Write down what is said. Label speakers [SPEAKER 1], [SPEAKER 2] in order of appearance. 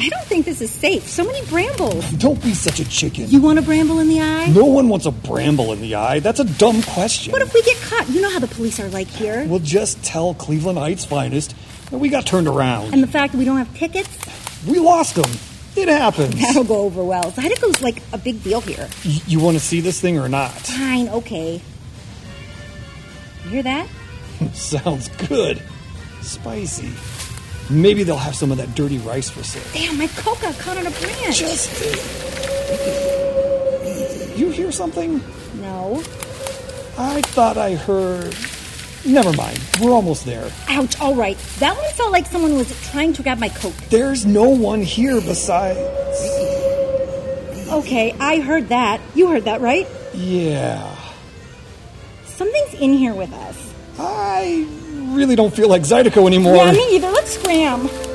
[SPEAKER 1] I don't think this is safe. So many brambles.
[SPEAKER 2] Don't be such a chicken.
[SPEAKER 1] You want a bramble in the eye?
[SPEAKER 2] no one wants a bramble in the eye. That's a dumb question.
[SPEAKER 1] What if we get caught? You know how the police are like here.
[SPEAKER 2] We'll just tell Cleveland Heights finest that we got turned around.
[SPEAKER 1] And the fact that we don't have tickets,
[SPEAKER 2] we lost them. It happens.
[SPEAKER 1] that'll go over well. Zydeco's like a big deal here.
[SPEAKER 2] Y- you want to see this thing or not?
[SPEAKER 1] Fine, okay. You hear that?
[SPEAKER 2] Sounds good. Spicy. Maybe they'll have some of that dirty rice for sale.
[SPEAKER 1] Damn, my coca caught on a branch.
[SPEAKER 2] Just. You hear something?
[SPEAKER 1] No.
[SPEAKER 2] I thought I heard. Never mind. We're almost there.
[SPEAKER 1] Ouch, all right. That one felt like someone was trying to grab my coke.
[SPEAKER 2] There's no one here besides.
[SPEAKER 1] Okay, I heard that. You heard that, right?
[SPEAKER 2] Yeah.
[SPEAKER 1] Something's in here with us.
[SPEAKER 2] I really don't feel like Zydeco anymore.
[SPEAKER 1] Yeah, me either. Let's scram.